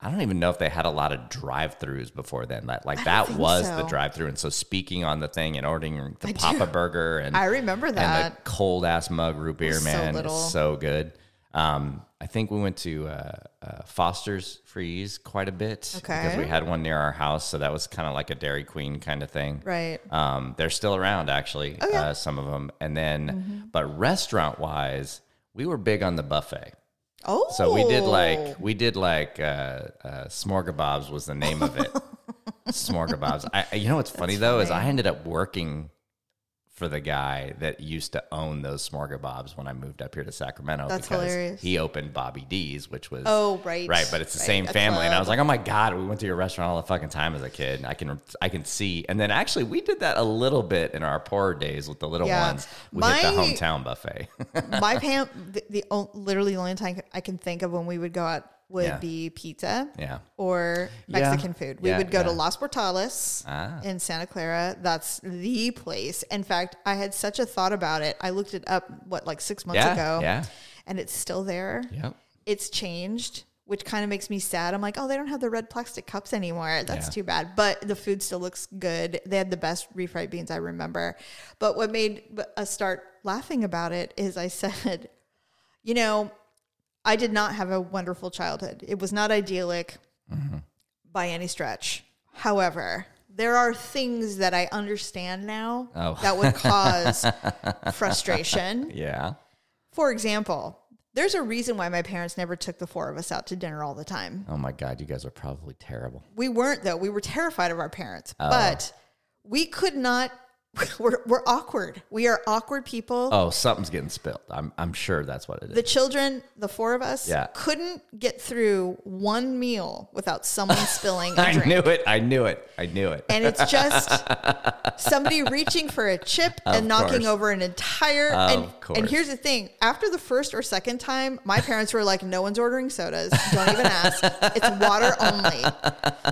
S1: I don't even know if they had a lot of drive-throughs before then. That like that
S2: think
S1: was the
S2: so.
S1: drive-through, and so speaking on the thing and ordering the Papa Burger and
S2: I remember that.
S1: and the cold ass mug root beer,
S2: so
S1: man,
S2: little.
S1: is so good. Um, I think we went to uh, uh, Foster's Freeze quite a bit because
S2: Okay.
S1: we had one near our house, so that was kind of like a Dairy Queen kind of thing.
S2: right. Oh,
S1: Um, they're still around actually, uh, some of them. And then,
S2: Mm-hmm.
S1: but restaurant wise, we were big on the buffet.
S2: Oh.
S1: So we did like we did like uh, uh, smorgabobs was the name of it. smorgabobs. I, I- you know what's funny though is I ended up working for the guy that used to own those smorgasbords when I moved up here to Sacramento.
S2: That's hilarious.
S1: He opened Bobby D's, which was
S2: Oh, right.
S1: right, but it's the
S2: Right,
S1: same
S2: a
S1: family. And I
S2: club.
S1: was like, oh my god, we went to your restaurant all the fucking time as a kid. And I can I can see. And then actually, we did that a little bit in our poorer days with the little
S2: Yeah.
S1: ones. We hit the
S2: My-
S1: hometown buffet.
S2: my pam the, the on- literally the only time I can think of when we would go out would
S1: Yeah.
S2: be pizza
S1: yeah,
S2: or
S1: Yeah.
S2: Mexican food. We
S1: Yeah,
S2: would go to
S1: yeah.
S2: Las Portales
S1: Ah.
S2: in Santa Clara. That's the place. In fact, I had such a thought about it. I looked it up what like 6 months
S1: Yeah,
S2: ago.
S1: yeah.
S2: And it's still there.
S1: yep.
S2: It's changed. Which kind of makes me sad. I'm like, oh, they don't have the red plastic cups anymore. That's too bad. But the food still looks good. They had the best refried beans I remember. But what made us start laughing about it is I said, you know, I did not have a wonderful childhood. It was not idyllic
S1: Mm-hmm.
S2: by any stretch. However, there are things that I understand now
S1: Oh.
S2: that would cause frustration.
S1: Yeah.
S2: For example, there's a reason why my parents never took the four of us out to dinner all the time.
S1: Oh my god, you guys are probably terrible.
S2: We weren't, though. We were terrified of our parents,
S1: Oh.
S2: but we could not. We're, we're awkward. We are awkward people.
S1: Oh, something's getting spilled. I'm I'm sure that's what it is.
S2: The children, the four of us,
S1: Yeah.
S2: couldn't get through one meal without someone spilling a
S1: I
S2: drink.
S1: knew it. I knew it. I knew it.
S2: and it's just somebody reaching for a chip and knocking
S1: course.
S2: over an entire
S1: Of
S2: and,
S1: course.
S2: and here's the thing after the first or second time my parents were like no one's ordering sodas don't even ask it's water only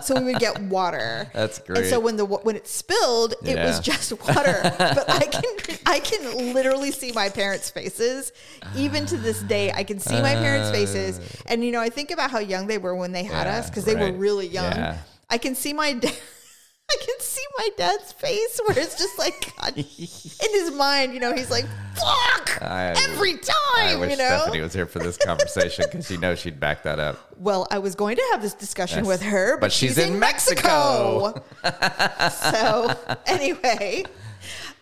S2: so we would get water
S1: That's
S2: and so
S1: great.
S2: when the wa- when it spilled it was
S1: Yeah.
S2: just water but i can i can literally see my parents faces even to this day i can see my parents faces
S1: Ah.
S2: and you know i think about how young they were when they had
S1: Yeah,
S2: us because they
S1: right.
S2: were really young
S1: Yeah.
S2: I can see my dad. I can see my dad's face where it's just like God, in his mind, you know, he's like, "Fuck!"
S1: I-
S2: every
S1: I
S2: time,
S1: wish
S2: you know.
S1: Stephanie was here for this conversation because you know she'd back that up.
S2: well, I was going to have this discussion
S1: Yes.
S2: with her, but,
S1: But she's
S2: she's,
S1: in
S2: in Mexico. so anyway,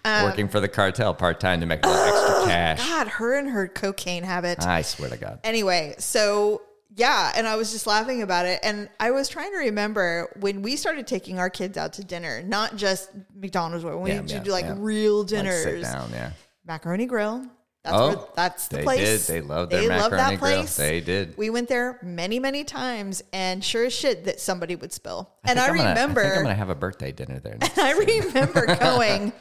S2: Um,
S1: Working for the cartel part time to make a little extra cash.
S2: God, her and her cocaine habit.
S1: I swear to God.
S2: Anyway, so yeah, and I was just laughing about it. And I was trying to remember when we started taking our kids out to dinner, not just McDonald's, where we
S1: Yeah,
S2: used to
S1: yeah,
S2: do like
S1: yeah.
S2: real
S1: Like,
S2: dinners.
S1: sit down, yeah.
S2: Macaroni Grill. That's
S1: Oh,
S2: where, that's the
S1: they
S2: place.
S1: did. They loved their
S2: loved
S1: macaroni grill. They did.
S2: We went there many, many times, and sure as shit that somebody would spill.
S1: I
S2: and
S1: think
S2: I
S1: I'm gonna-
S2: remember,
S1: I think I'm going to have a birthday dinner there. next-
S2: I remember going.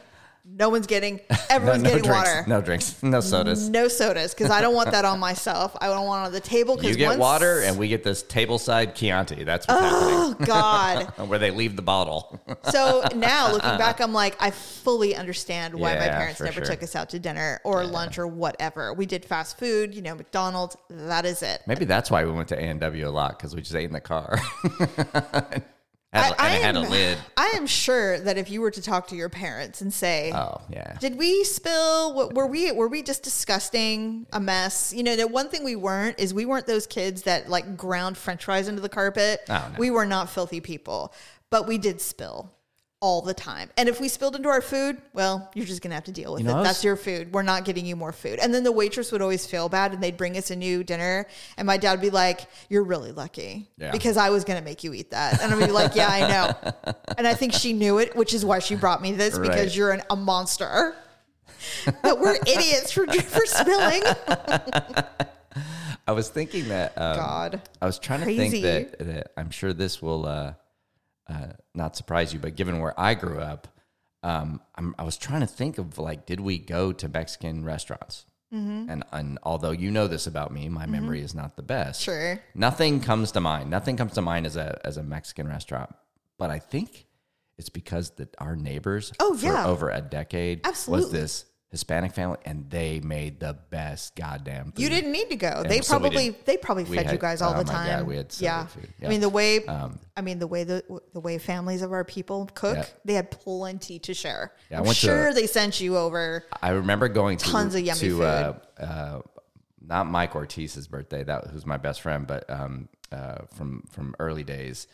S2: No one's getting.
S1: No,
S2: Everyone's
S1: no
S2: getting
S1: drinks.
S2: water. No.
S1: No drinks. No sodas.
S2: sodas because I don't want that on myself. I don't want it on the table. Because
S1: You get
S2: once,
S1: water, and we get this tableside Chianti. That's what's
S2: Oh God!
S1: happening. Where they leave the bottle.
S2: So now looking back, I'm like, I fully understand why my
S1: Yeah,
S2: parents
S1: for
S2: never
S1: sure.
S2: took us out to dinner or lunch or whatever. We did fast food, you know, McDonald's. That is it.
S1: Maybe that's why we went to A and W a lot because we just ate in the car. had, and it had a lid.
S2: I am sure that if you were to talk to your parents and say,
S1: Oh yeah.
S2: "Did we spill? What, were we were we just disgusting, a mess?" You know, the one thing we weren't is we weren't those kids that like ground French fries into the carpet.
S1: Oh, no.
S2: We were not filthy people, but we did spill all the time. And if we spilled into our food, well, you're just gonna have to deal with
S1: know,
S2: it.
S1: I was-
S2: That's your food. We're not getting you more food. And then the waitress would always feel bad, and they'd bring us a new dinner, and my dad would be like, "You're really lucky
S1: Yeah.
S2: because I was gonna make you eat that." And I'd be like, "Yeah, I know." And I think she knew it, which is why she brought me this because
S1: Right.
S2: you're an, a monster. but we're idiots for, for spilling.
S1: I was thinking that. Um,
S2: God.
S1: I was trying
S2: Crazy.
S1: to think that, that I'm sure this will uh, uh, not surprise you, but given where I grew up, um, I'm, I was trying to think of like, did we go to Mexican restaurants? And, and although you know this about me, my memory is not the best.
S2: Sure.
S1: Nothing comes to mind. Nothing comes to mind as a as a Mexican restaurant. But I think it's because that our neighbors
S2: Oh,
S1: for
S2: yeah.
S1: over a decade was
S2: Absolutely.
S1: this Hispanic family and they made the best goddamn food.
S2: You didn't need to go. They
S1: so we
S2: probably
S1: didn't-
S2: they probably
S1: we
S2: fed you
S1: had-
S2: guys all
S1: oh
S2: the
S1: my God,
S2: time.
S1: we had so
S2: yeah.
S1: good food.
S2: I mean
S1: Yeah. Um,
S2: the way I mean the way the the way families of our people cook,
S1: Yeah.
S2: they had plenty to share.
S1: Yeah, I
S2: I'm
S1: went to-
S2: sure they sent you over.
S1: I remember going to
S2: Tons of yummy
S1: to, Uh, uh, not Mike Ortiz's birthday. That who's my best friend, but um, uh, from from early days.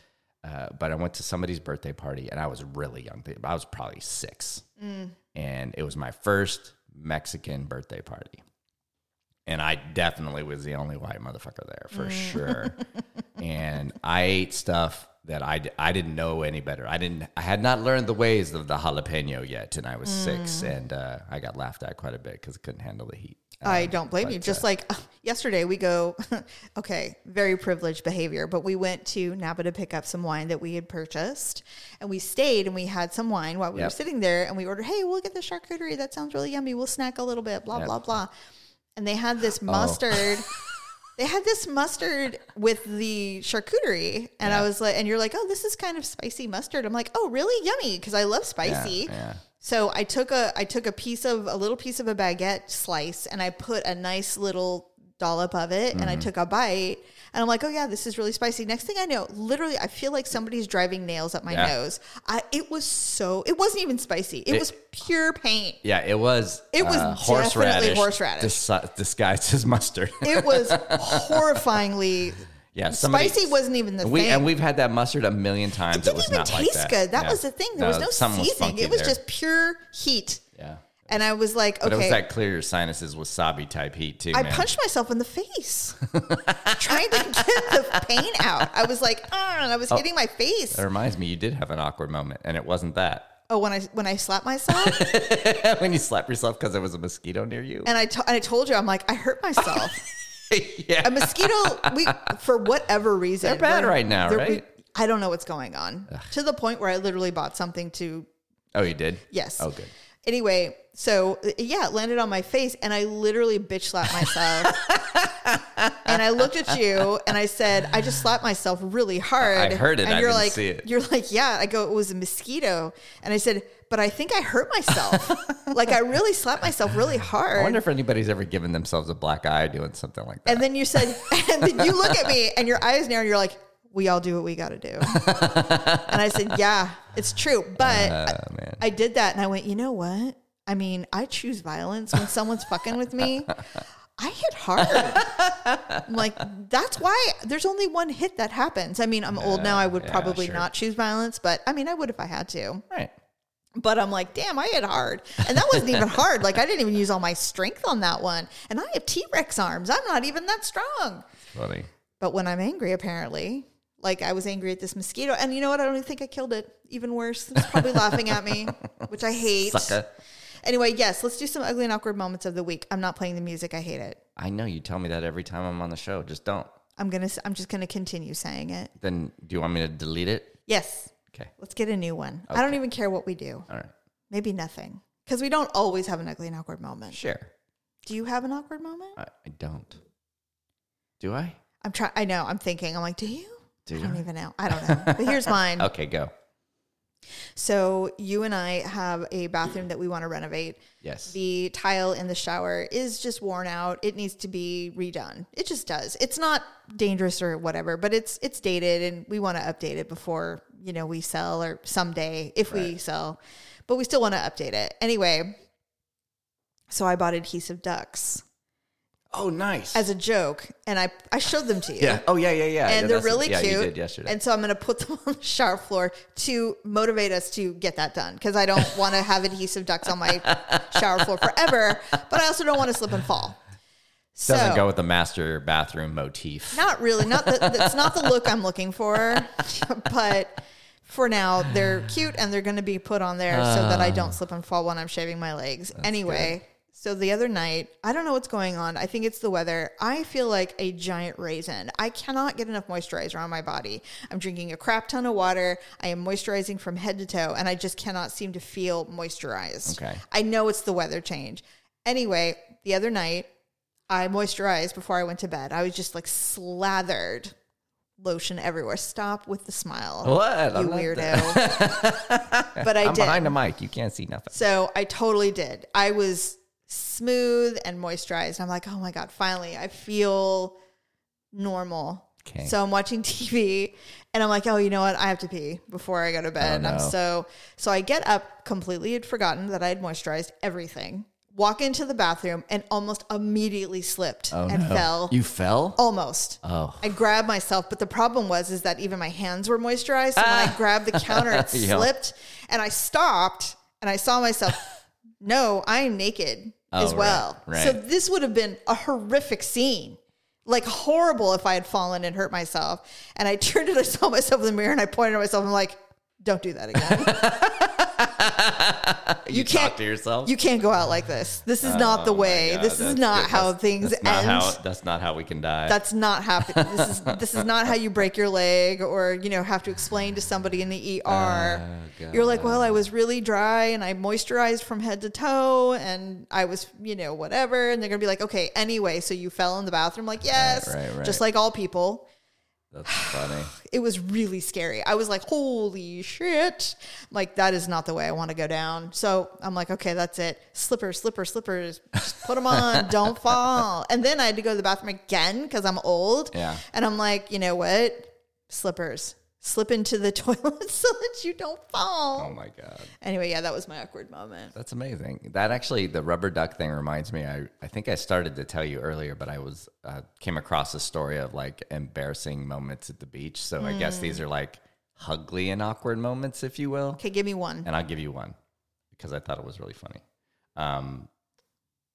S1: Uh, but I went to somebody's birthday party, and I was really young. I was probably six,
S2: Mm.
S1: and it was my first Mexican birthday party. And I
S2: Mm.
S1: definitely was the only white motherfucker there for sure. and I ate stuff that I, d- I didn't know any better. I didn't I had not learned the ways of the jalapeno yet, and I was six,
S2: Mm.
S1: and uh, I got laughed at quite a bit because I couldn't handle the heat.
S2: I don't blame you.
S1: uh,
S2: Just like uh, yesterday, we go, okay, very privileged behavior, but we went to Napa to pick up some wine that we had purchased and we stayed and we had some wine while we were
S1: Yep.
S2: sitting there and we ordered, hey, we'll get the charcuterie. That sounds really yummy. We'll snack a little bit, blah, blah, blah. And they had
S1: Oh.
S2: this mustard. They had this mustard with the charcuterie, and I was like, and you're like, oh, this is kind of spicy mustard. I'm like, oh, really yummy because I love spicy.
S1: yeah.
S2: So I took a I took a piece of a little piece of a baguette slice and I put a nice little dollop of it and
S1: Mm-hmm.
S2: I took a bite and I'm like, oh yeah, this is really spicy. Next thing I know, literally, I feel like somebody's driving nails up my
S1: Yeah.
S2: nose. I, it was so it wasn't even spicy. It, was pure pain.
S1: Yeah, it was. uh,
S2: It was definitely horseradish.
S1: dis- disguised as mustard.
S2: It was horrifyingly
S1: yeah, somebody-
S2: Mm, spicy. Wasn't even the
S1: we
S2: thing.
S1: and we've had that mustard a million times. It,
S2: didn't
S1: was
S2: even
S1: not
S2: taste
S1: like that.
S2: good. That
S1: Yeah.
S2: was the thing. There was no
S1: something
S2: seasoning.
S1: funky
S2: it was
S1: there.
S2: just pure heat.
S1: yeah.
S2: And I was like, okay,
S1: But it was that clear your sinuses wasabi type heat too.
S2: I
S1: man.
S2: punched myself in the face trying to get the pain out. I was like, ah, and I
S1: Oh.
S2: was hitting my face.
S1: That reminds me, you did have an awkward moment, and it wasn't that
S2: Oh, when I when I slapped myself,
S1: when you slapped yourself because there was a mosquito near you.
S2: and I to- and I told you, I'm like, I hurt myself.
S1: yeah,
S2: A mosquito, we for whatever reason, they're
S1: bad right now, right?
S2: I don't know what's going on. To the point where I literally bought something to
S1: Oh, you did?
S2: Yes.
S1: Oh, good.
S2: Anyway, so uh, yeah, it landed on my face and I literally bitch slapped myself. and I looked at you and I said, I just slapped myself really hard.
S1: I heard it.
S2: And
S1: I
S2: you're
S1: didn't
S2: like,
S1: see it.
S2: You're like, yeah. I go, it was a mosquito. And I said, but I think I hurt myself. like I really slapped myself really hard.
S1: I wonder if anybody's ever given themselves a black eye doing something like that.
S2: and then you said, and then you look at me and your eyes narrow and you're like, we all do what we got to do. and I said, yeah, it's true. But
S1: oh man,
S2: I did that and I went, you know what? I mean, I choose violence when someone's fucking with me. I hit hard. I'm like, that's why there's only one hit that happens. I mean, I'm old now. I would
S1: yeah,
S2: probably
S1: sure.
S2: not choose violence, but I mean, I would if I had to.
S1: right?
S2: But I'm like, damn, I hit hard. And that wasn't even hard. Like, I didn't even use all my strength on that one. And I have T Rex arms. I'm not even that strong.
S1: Funny.
S2: But when I'm angry, apparently, like I was angry at this mosquito. And you know what? I don't even think I killed it. Even worse, it's probably laughing at me, which I hate.
S1: Sucker.
S2: Anyway, yes, let's do some ugly and awkward moments of the week. I'm not playing the music. I hate it.
S1: I know you tell me that every time I'm on the show. Just don't.
S2: I'm gonna. s- I'm just gonna continue saying it.
S1: Then do you want me to delete it?
S2: Yes.
S1: Okay.
S2: Let's get a new one. I don't even care what we do.
S1: All right.
S2: Maybe nothing, because we don't always have an ugly and awkward moment.
S1: Share.
S2: Do you have an awkward moment?
S1: I, I don't. Do I?
S2: I'm trying. I know. I'm thinking. I'm like, do you?
S1: Do
S2: I don't
S1: I?
S2: even know. I don't know. But here's mine.
S1: Okay, go.
S2: So you and I have a bathroom that we want to renovate.
S1: Yes.
S2: The tile in the shower is just worn out. It needs to be redone. It just does. It's not dangerous or whatever, but it's it's dated and we want to update it before, you know, we sell or someday if we sell. But we still want to update it. Anyway, so I bought adhesive ducks
S1: oh, nice.
S2: as a joke and I I showed them to you
S1: yeah. Oh, yeah, yeah, yeah.
S2: and
S1: Yeah,
S2: they're
S1: that's-
S2: really
S1: yeah,
S2: cute.
S1: You did yesterday.
S2: And so I'm going to put them on the shower floor to motivate us to get that done because I don't want to have adhesive ducts on my shower floor forever, but I also don't want to slip and fall. So
S1: Doesn't go with the master bathroom motif.
S2: not really, not the, that's not the look I'm looking for, but for now they're cute and they're going to be put on there so that I don't slip and fall when I'm shaving my legs. Anyway. So the other night, I don't know what's going on. I think it's the weather. I feel like a giant raisin. I cannot get enough moisturizer on my body. I'm drinking a crap ton of water. I am moisturizing from head to toe, and I just cannot seem to feel moisturized.
S1: Okay.
S2: I know it's the weather change. Anyway, the other night, I moisturized before I went to bed. I was just like slathered lotion everywhere. Stop with the smile.
S1: What? I
S2: You
S1: like
S2: weirdo. but I
S1: I'm
S2: did.
S1: behind the mic. You can't see nothing.
S2: So I totally did. I was smooth and moisturized. I'm like, oh my God, finally, I feel normal.
S1: Okay.
S2: So I'm watching TV and I'm like, oh, you know what? I have to pee before I go to bed.
S1: Oh,
S2: I'm
S1: no.
S2: so, so I get up completely had forgotten that I had moisturized everything, walk into the bathroom and almost immediately slipped
S1: Oh,
S2: and fell.
S1: You fell?
S2: almost.
S1: Oh.
S2: I grabbed myself, but the problem was is that even my hands were moisturized. So when I grabbed the counter, it
S1: Ah. Yeah.
S2: slipped, and I stopped, and I saw myself. no, I am naked as
S1: Oh, right,
S2: well. So
S1: right.
S2: this would have been a horrific scene like horrible if I had fallen and hurt myself. And I turned and I saw myself in the mirror and I pointed at myself. I'm like, don't do that again.
S1: You,
S2: can't-
S1: talk to yourself.
S2: you can't go out like this. This is not the
S1: Oh my
S2: way.
S1: God,
S2: this is
S1: that's-
S2: not
S1: that's-
S2: how things
S1: that's
S2: end.
S1: Not how, that's not how we can die.
S2: that's not happening. This is this is not how you break your leg or you know have to explain to somebody in the ER.
S1: Ah,
S2: You're like, well, I was really dry and I moisturized from head to toe and I was you know whatever. And they're gonna be like, okay, anyway, so you fell in the bathroom. Like, yes,
S1: right, right.
S2: just like all people.
S1: That's funny.
S2: It was really scary. I was like, holy shit! Like that is not the way I want to go down. So I'm like, okay, that's it. Slippers, slippers, slippers. Just put them on. Don't fall. And then I had to go to the bathroom again because I'm old.
S1: Yeah.
S2: And I'm like, you know what? Slippers. Slip into the toilet so that you don't fall.
S1: Oh my god.
S2: Anyway, yeah, that was my awkward moment.
S1: That's amazing. That actually, the rubber duck thing reminds me. I, I think I started to tell you earlier, but I was uh, came across a story of like embarrassing moments at the beach. So I guess
S2: Mm.
S1: these are like ugly and awkward moments, if you will.
S2: Okay, give me one.
S1: And I'll give you one because I thought it was really funny. Um,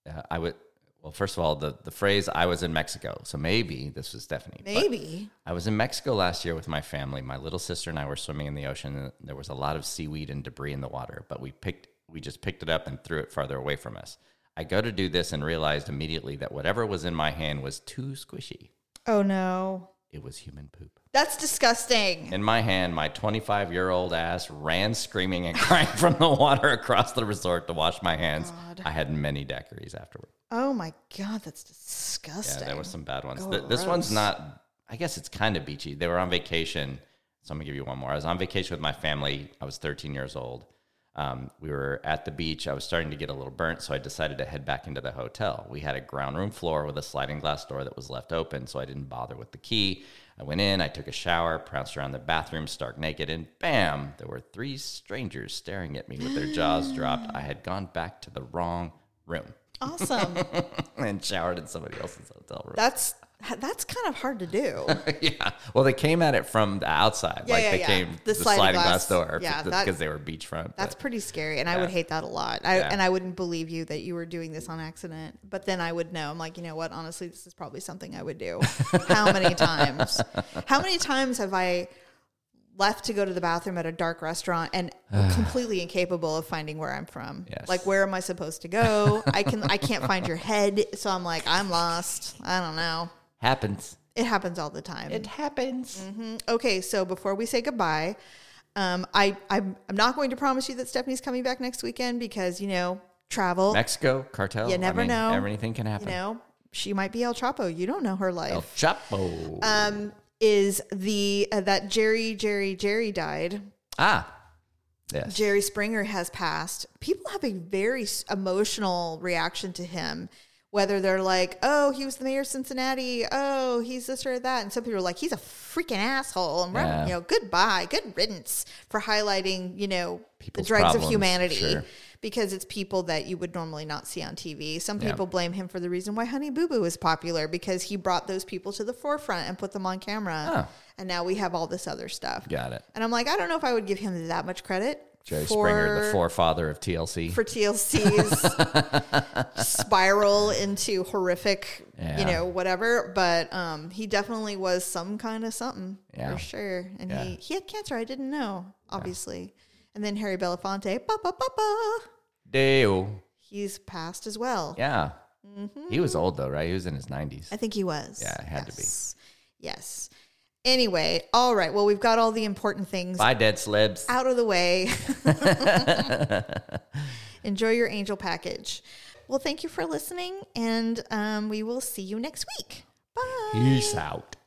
S1: uh, I would well, first of all, the the phrase "I was in Mexico," so maybe this was Stephanie. but-
S2: Maybe.
S1: I was in Mexico last year with my family. My little sister and I were swimming in the ocean. And there was a lot of seaweed and debris in the water, but we picked we just picked it up and threw it farther away from us. I go to do this and realized immediately that whatever was in my hand was too squishy.
S2: Oh no.
S1: It was human poop.
S2: That's disgusting.
S1: In my hand, my 25 year old ass ran screaming and crying from the water across the resort to wash my hands. I had many daiquiris afterward.
S2: Oh my god, that's
S1: Yeah,
S2: disgusting.
S1: there were some bad ones. Th- this one's not. I guess it's kind of beachy. They were on vacation, so I'm gonna give you one more. I was on vacation with my family. I was 13 years old. Um, we were at the beach. I was starting to get a little burnt, so I decided to head back into the hotel. We had a ground room floor with a sliding glass door that was left open, so I didn't bother with the key. I went in, I took a shower, pranced around the bathroom stark naked, and bam, there were three strangers staring at me with their jaws dropped. I had gone back to the wrong room
S2: awesome.
S1: and showered in somebody else's hotel room.
S2: That's that's kind of hard to do.
S1: yeah. Well, they came at it from the outside.
S2: Yeah,
S1: like
S2: yeah,
S1: they
S2: yeah.
S1: came
S2: The
S1: the,
S2: sliding
S1: sliding,
S2: glass.
S1: glass, door
S2: Yeah,
S1: because
S2: that-
S1: they were beachfront.
S2: That's
S1: but-
S2: pretty scary, and I would hate that a lot. I,
S1: Yeah.
S2: And I wouldn't believe you that you were doing this on accident. But then I would know. I'm like, you know what? Honestly, this is probably something I would do. How many times? How many times have I left to go to the bathroom at a dark restaurant and completely incapable of finding where I'm from?
S1: Yes.
S2: Like, where am I supposed to go? I can I can't find your head, so I'm like, I'm lost. I don't know.
S1: happens.
S2: It happens all the time. Mm-hmm.
S1: It happens.
S2: Okay, so before we say goodbye, um, I I'm, I'm not going to promise you that Stephanie's coming back next weekend because you know travel.
S1: Mexico cartel.
S2: You never
S1: I mean,
S2: know.
S1: Everything can
S2: you
S1: happen.
S2: know, she might be El Chapo. You don't know her life.
S1: El Chapo.
S2: Um, is the uh, that Jerry Jerry Jerry died?
S1: ah. Yes.
S2: Jerry Springer has passed. People have a very s- emotional reaction to him. Whether they're like, oh, he was the mayor of Cincinnati. Oh, he's this or that. And some people are like, he's a freaking asshole. And,
S1: Yeah.
S2: you know, goodbye, good riddance for highlighting, you know,
S1: People's
S2: the dregs
S1: problems,
S2: of
S1: for
S2: humanity
S1: sure.
S2: because it's people that you would normally not see on TV. Some people blame him for the reason why Honey Boo Boo is popular because he brought those people to the forefront and put them on camera.
S1: Oh.
S2: And now we have all this other stuff.
S1: Got it.
S2: And I'm like, I don't know if I would give him that much credit.
S1: Jerry Springer, the forefather of TLC.
S2: for TLC's spiral into horrific, you
S1: Yeah.
S2: know, whatever. But um, he definitely was some kind of something
S1: Yeah.
S2: for sure. And
S1: Yeah.
S2: he he had cancer. I didn't know, obviously. And then Harry Belafonte, ba ba ba ba,
S1: Deo.
S2: he's passed as well.
S1: Yeah. He was old though, right? He was in his 90s.
S2: Mm-hmm. I think he was.
S1: Yeah, it had to be.
S2: be. Yes. Anyway, all right. Well, we've got all the important things
S1: Bye, dead slibs.
S2: out of the way. Enjoy your angel package. Well, thank you for listening, and um, we will see you next week. Bye.
S1: Peace out.